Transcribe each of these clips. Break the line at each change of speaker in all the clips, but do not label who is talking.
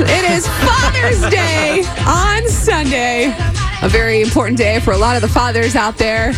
is Father's Day on Sunday. A very important day for a lot of the fathers out there.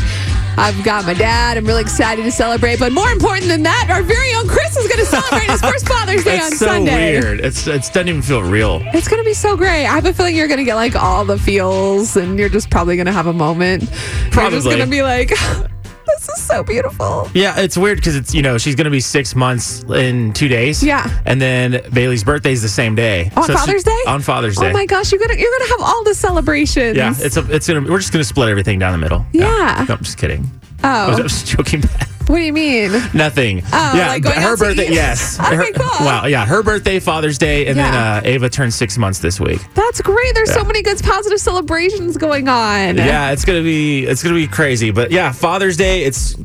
I've got my dad. I'm really excited to celebrate. But more important than that, our very own Chris is going to celebrate his first Father's Day on
That's so
Sunday.
weird. It's it doesn't even feel real.
It's going to be so great. I have a feeling you're going to get like all the feels and you're just probably going to have a moment. You're just
Probably.
going to be like, this is so beautiful.
Yeah, it's weird because it's you know she's gonna be six months in two days.
Yeah.
and then Bailey's birthday's the same day
On
So she-
Father's Day?
On Father's Day.
Oh my gosh, you're gonna you're gonna have all the celebrations.
yeah, it's a, it's gonna, we're just gonna split everything down the middle.
Yeah.
no, I'm just kidding. I was, I
oh,
was joking.
what do you mean?
Nothing.
Oh,
yeah,
like going
but her
out to
birthday.
eat?
Yes.
Okay,
Her-
cool.
Wow. Yeah, her birthday, Father's Day, and
Yeah.
then uh, Ava turned six months this week.
That's great. There's so
Yeah.
many good positive celebrations going on.
Yeah, it's gonna be it's gonna be crazy. But yeah, Father's Day. It's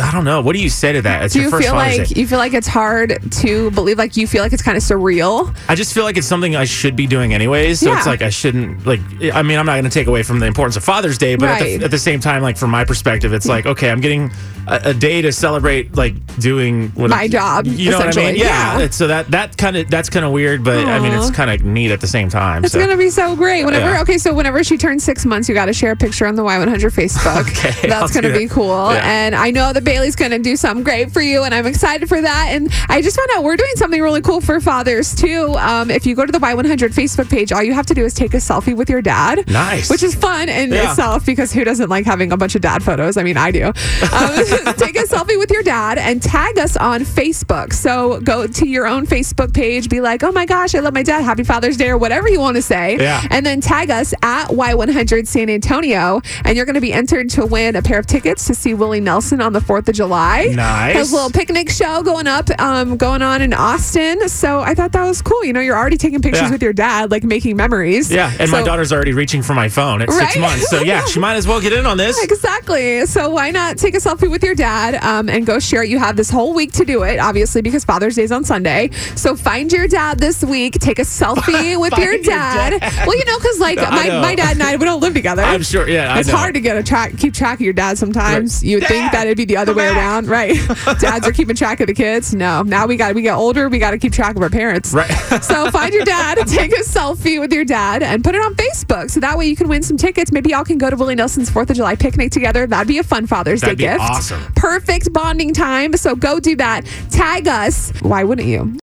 I don't know. What do you say to that? It's
Do
your
you
first
feel
Father's
like
Day.
you feel like it's hard to believe? Like you feel like it's kind of surreal.
I just feel like it's something I should be doing anyways. So it's
Yeah.
like I shouldn't like. I mean, I'm not gonna take away from the importance of Father's Day, but at,
Right.
the, at the same time, like from my perspective, it's like okay, I'm getting a, a day to celebrate like doing what
My job,
You know what I mean?
essentially.
Yeah.
Yeah.
it's- So that that kind of that's kind of weird, but I mean,
Aw.
it's kind of neat at the same time.
It's
so.
gonna be so great. Whenever
Yeah.
okay, so whenever she turns six months, you gotta share a picture on the Y100 Facebook.
Okay, I'll
that's
do
gonna be
that.
cool.
Yeah.
And I know that Bailey's gonna do something great for you, and I'm excited for that. And I just found out we're doing something really cool for fathers too. Um, if you go to the Y100 Facebook page, all you have to do is take a selfie with your dad.
Nice.
which is fun in
Yeah.
itself because who doesn't like having a bunch of dad photos? I mean, I do. Um, take a selfie with your dad and tag us on Facebook. So go to your own Facebook page, be like, "Oh my gosh, I love my dad. Happy Father's Day," or whatever you want to say.
Yeah.
And then tag us at Y100 San Antonio, and you're going to be entered to win a pair of tickets to see Willie Nelson on the Fourth of July.
Nice.
His little picnic show going up, um, going on in Austin. So I thought that was cool. You know, you're already taking pictures
Yeah.
with your dad, like making memories.
Yeah, and my
So-
daughter's already reaching for my phone at six
Right?
months. So yeah, she might as well get in on this.
Exactly. So why not take a selfie with your dad um, and go share it? You have this whole week to do it, obviously, because Father's Day is on Sunday. So find your dad this week. Take a selfie with your
Find your
dad.
dad.
Well, you know, because like
No, I
my,
know.
my dad and I, we don't live together.
I'm sure- yeah, I
it's
know.
hard to get a track, keep track of your dad. Sometimes
Right.
you would
Dad,
think that it'd be the other
come
way
back.
around, right? Dads are keeping track of the kids. No, now we got we get older, we got to keep track of our parents.
Right.
so find your dad, take a selfie with your dad, and put it on Facebook. So that way you can win some tickets. Maybe y'all can go to Willie Nelson's Fourth of July picnic together. That'd be a fun Father's
That'd
Day
be
gift.
awesome.
Perfect bonding time. So go do that. Tag us. Why wouldn't you?